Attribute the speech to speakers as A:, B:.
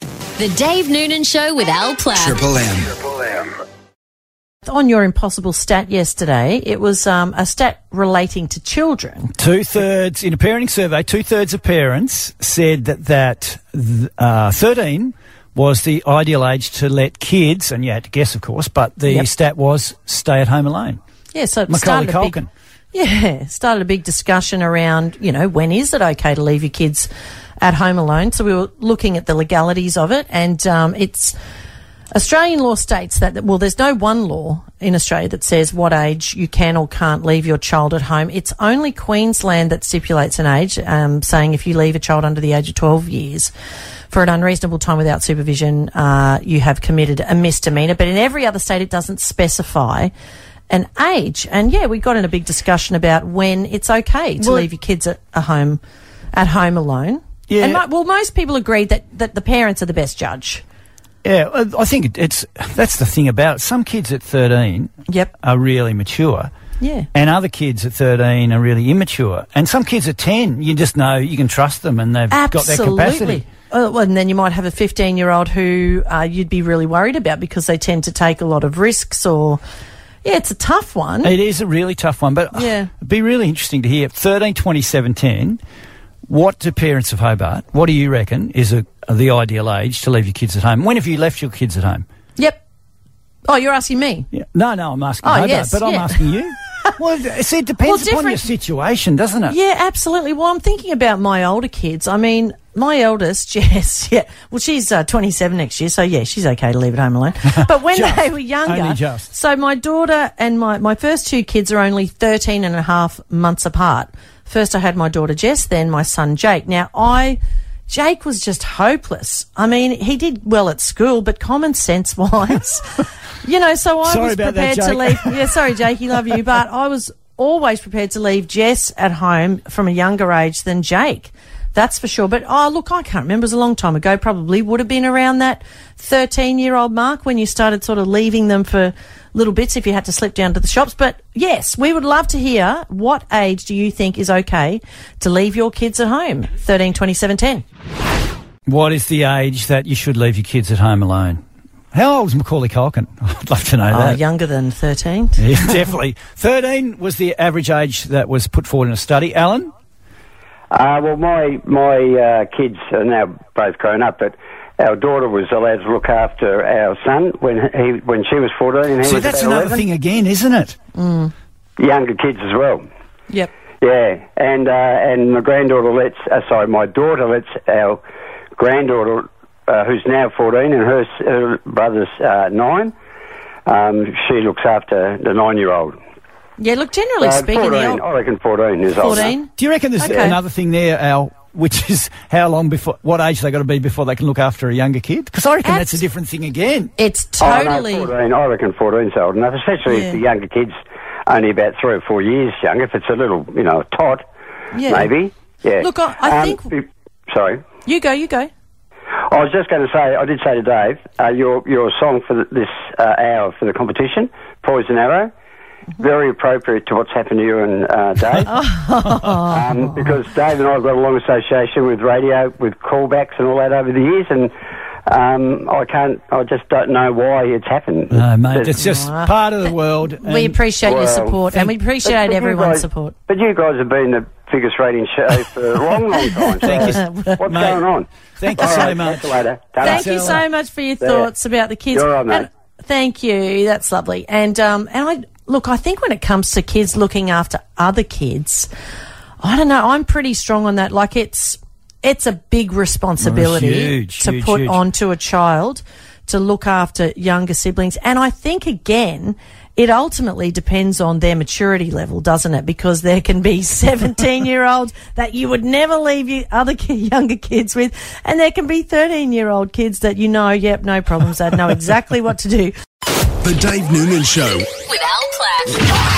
A: The Dave Noonan Show with Al Platt.
B: Triple M.
C: On your impossible stat yesterday, it was um, a stat relating to children.
D: Two thirds in a parenting survey, two thirds of parents said that that th- uh, thirteen was the ideal age to let kids, and you had to guess, of course, but the
C: Yep.
D: stat was stay at home alone.
C: Yeah, so it
D: Macaulay
C: started a big,
D: Culkin.
C: yeah, started a big discussion around you know when is it okay to leave your kids at home alone? So we were looking at the legalities of it, and um, it's Australian law states that that- well, there's no one law in Australia that says what age you can or can't leave your child at home. It's only Queensland that stipulates an age, um, saying if you leave a child under the age of 12 years for an unreasonable time without supervision, uh, you have committed a misdemeanor. But in every other state, it doesn't specify an age. And yeah, we got in a big discussion about when it's okay to
D: Well-
C: leave your kids at a home, at home alone.
D: Yeah.
C: And mo- well, most people agreed that, that the parents are the best judge.
D: Yeah, I- I think it- it's that's the thing about it. Some kids at thirteen
C: Yep.
D: are really mature.
C: Yeah.
D: And other kids at 13 are really immature. And some kids at 10, you just know you can trust them and they've got that capacity.
C: Oh, well, and then you might have a 15 year old who uh, you'd be really worried about because they tend to take a lot of risks or. Yeah, it's a tough one.
D: It is a really tough one, but
C: Yeah.
D: it'd be really interesting to hear. 13, 27, 10, what do parents of Hobart, what do you reckon is a, the ideal age to leave your kids at home? When have you left your kids at home?
C: Yep. Oh, you're asking me?
D: Yeah. No, no, I'm asking
C: Oh,
D: Hobart,
C: yes,
D: but I'm
C: yeah.
D: asking you. well, it's, it depends
C: Well,
D: upon your
C: different-
D: situation, doesn't it?
C: Yeah, absolutely. Well, I'm thinking about my older kids. I mean, my eldest, Jess, yeah. Well, she's uh, 27 next year, so yeah, she's okay to leave it home alone. But when
D: Just.
C: they were younger,
D: Only just.
C: so my daughter and my, my first two kids are only 13 and a half months apart. First, I had my daughter Jess, then my son Jake. Now, I. Jake was just hopeless. I mean, he did well at school, but common sense wise, you know, so I
D: Sorry
C: was
D: about
C: prepared
D: that,
C: to
D: Jake.
C: leave yeah, sorry, Jakey, love you, but I was always prepared to leave Jess at home from a younger age than Jake. That's for sure. But oh, look, I can't remember. It was a long time ago. Probably would have been around that thirteen-year-old mark when you started sort of leaving them for little bits if you had to slip down to the shops. But yes, we would love to hear what age do you think is okay to leave your kids at home? 13, 27, 10.
D: What is the age that you should leave your kids at home alone? How old was Macaulay Culkin? I'd love to know
C: Oh,
D: that.
C: younger than thirteen.
D: Yeah, definitely. 13 was the average age that was put forward in a study. Alan?
E: Uh, well, my my uh, kids are now both grown up, but our daughter was allowed to look after our son when he when she was fourteen. And he
D: See,
E: was
D: that's
E: about
D: another
E: 11.
D: thing again, isn't it?
E: Younger kids as well.
C: Yep.
E: Yeah, and uh, and my granddaughter lets uh, sorry, my daughter lets our granddaughter, uh, who's now fourteen, and her, s- her brother's uh, nine. Um, she looks after the nine-year-old.
C: Yeah. Look, generally
E: Uh,
C: speaking, the
E: fourteen,
C: old-
E: I reckon fourteen is old.
C: fourteen.
D: Do you reckon there's
C: Okay.
D: another thing there, Al, which is how long before, what age they got to be before they can look after a younger kid? Because I reckon
C: Abs-
D: that's a different thing again.
C: It's
E: Oh,
C: totally.
E: no, 14. I reckon 14's old enough, especially
C: Yeah.
E: if the younger kid's only about three or four years younger. If it's a little, you know, tot,
C: Yeah.
E: maybe. Yeah.
C: Look, I- I
E: Um,
C: think-
E: be- Sorry.
C: You go, you go.
E: I was just going to say, I did say to Dave, uh, your, your song for th this uh, hour for the competition, Poison Arrow, very appropriate to what's happened to you and uh, Dave. um, because Dave and I have got a long association with radio, with callbacks and all that over the years, and um, I can't, I just don't know why it's happened.
D: No, mate,
E: There's-
D: it's just part of the world.
C: we
D: and-
C: appreciate your
E: Well,
C: support, and we appreciate
E: But you
C: everyone's
E: guys-
C: support.
E: But you guys have been the biggest rating show for a long, long time.
D: Thank you.
E: so What's
D: Mate,
E: going on?
D: thank you
E: All
D: so
E: right,
D: much.
E: catch you later. Ta-ra.
C: Thank you so much for your
E: Yeah.
C: thoughts about the kids.
E: You're all right, mate.
C: And- thank you. That's lovely. And um, and I look, I think when it comes to kids looking after other kids, I don't know. I'm pretty strong on that. Like it's it's a big responsibility
D: huge,
C: to
D: huge,
C: put
D: huge.
C: onto a child to look after younger siblings, and I think again. It ultimately depends on their maturity level, doesn't it? Because there can be 17 year olds that you would never leave your other ki younger kids with. And there can be 13 year old kids that you know, yep, no problems. They know exactly what to do.
B: The Dave Noonan Show.
A: With Al Platt.